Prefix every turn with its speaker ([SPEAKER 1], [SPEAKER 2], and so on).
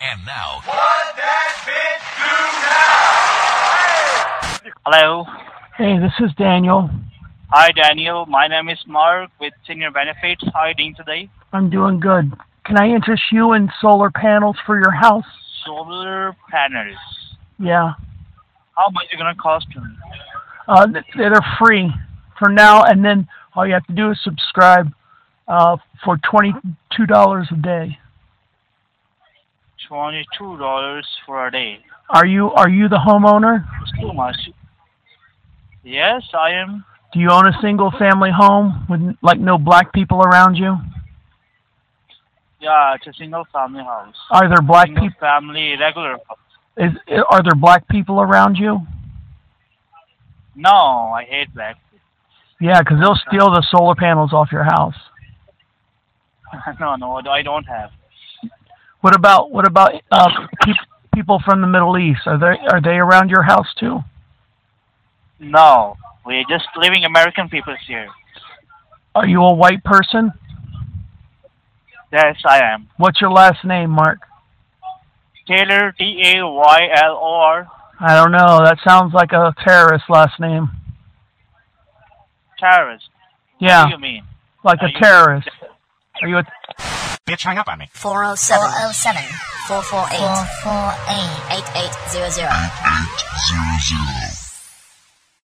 [SPEAKER 1] And now,
[SPEAKER 2] Hello.
[SPEAKER 3] Hey, this is Daniel.
[SPEAKER 2] Hi, Daniel. My name is Mark with Senior Benefits. How are you doing today?
[SPEAKER 3] I'm doing good. Can I interest you in solar panels for your house?
[SPEAKER 2] Solar panels.
[SPEAKER 3] Yeah.
[SPEAKER 2] How much is it going to cost me?
[SPEAKER 3] Uh, th- they're free for now, and then all you have to do is subscribe uh, for $22 a day.
[SPEAKER 2] $22 for a day.
[SPEAKER 3] Are you are you the homeowner?
[SPEAKER 2] It's too much. Yes, I am.
[SPEAKER 3] Do you own a single family home with n- like no black people around you?
[SPEAKER 2] Yeah, it's a single family house.
[SPEAKER 3] Are there black
[SPEAKER 2] Single
[SPEAKER 3] people
[SPEAKER 2] family regular house.
[SPEAKER 3] is are there black people around you?
[SPEAKER 2] No, I hate black.
[SPEAKER 3] Yeah, cuz they'll steal the solar panels off your house.
[SPEAKER 2] no, no, I don't have.
[SPEAKER 3] What about what about uh, peop- people from the Middle East? Are they are they around your house too?
[SPEAKER 2] No, we're just living American people here.
[SPEAKER 3] Are you a white person?
[SPEAKER 2] Yes, I am.
[SPEAKER 3] What's your last name, Mark?
[SPEAKER 2] Taylor, T A Y L O R.
[SPEAKER 3] I don't know. That sounds like a terrorist last name.
[SPEAKER 2] Terrorist.
[SPEAKER 3] Yeah,
[SPEAKER 2] What do you mean?
[SPEAKER 3] like a
[SPEAKER 2] are you-
[SPEAKER 3] terrorist. Are you a
[SPEAKER 1] bitch, hang up on me.
[SPEAKER 4] 407 407 448 8800.
[SPEAKER 5] 8800.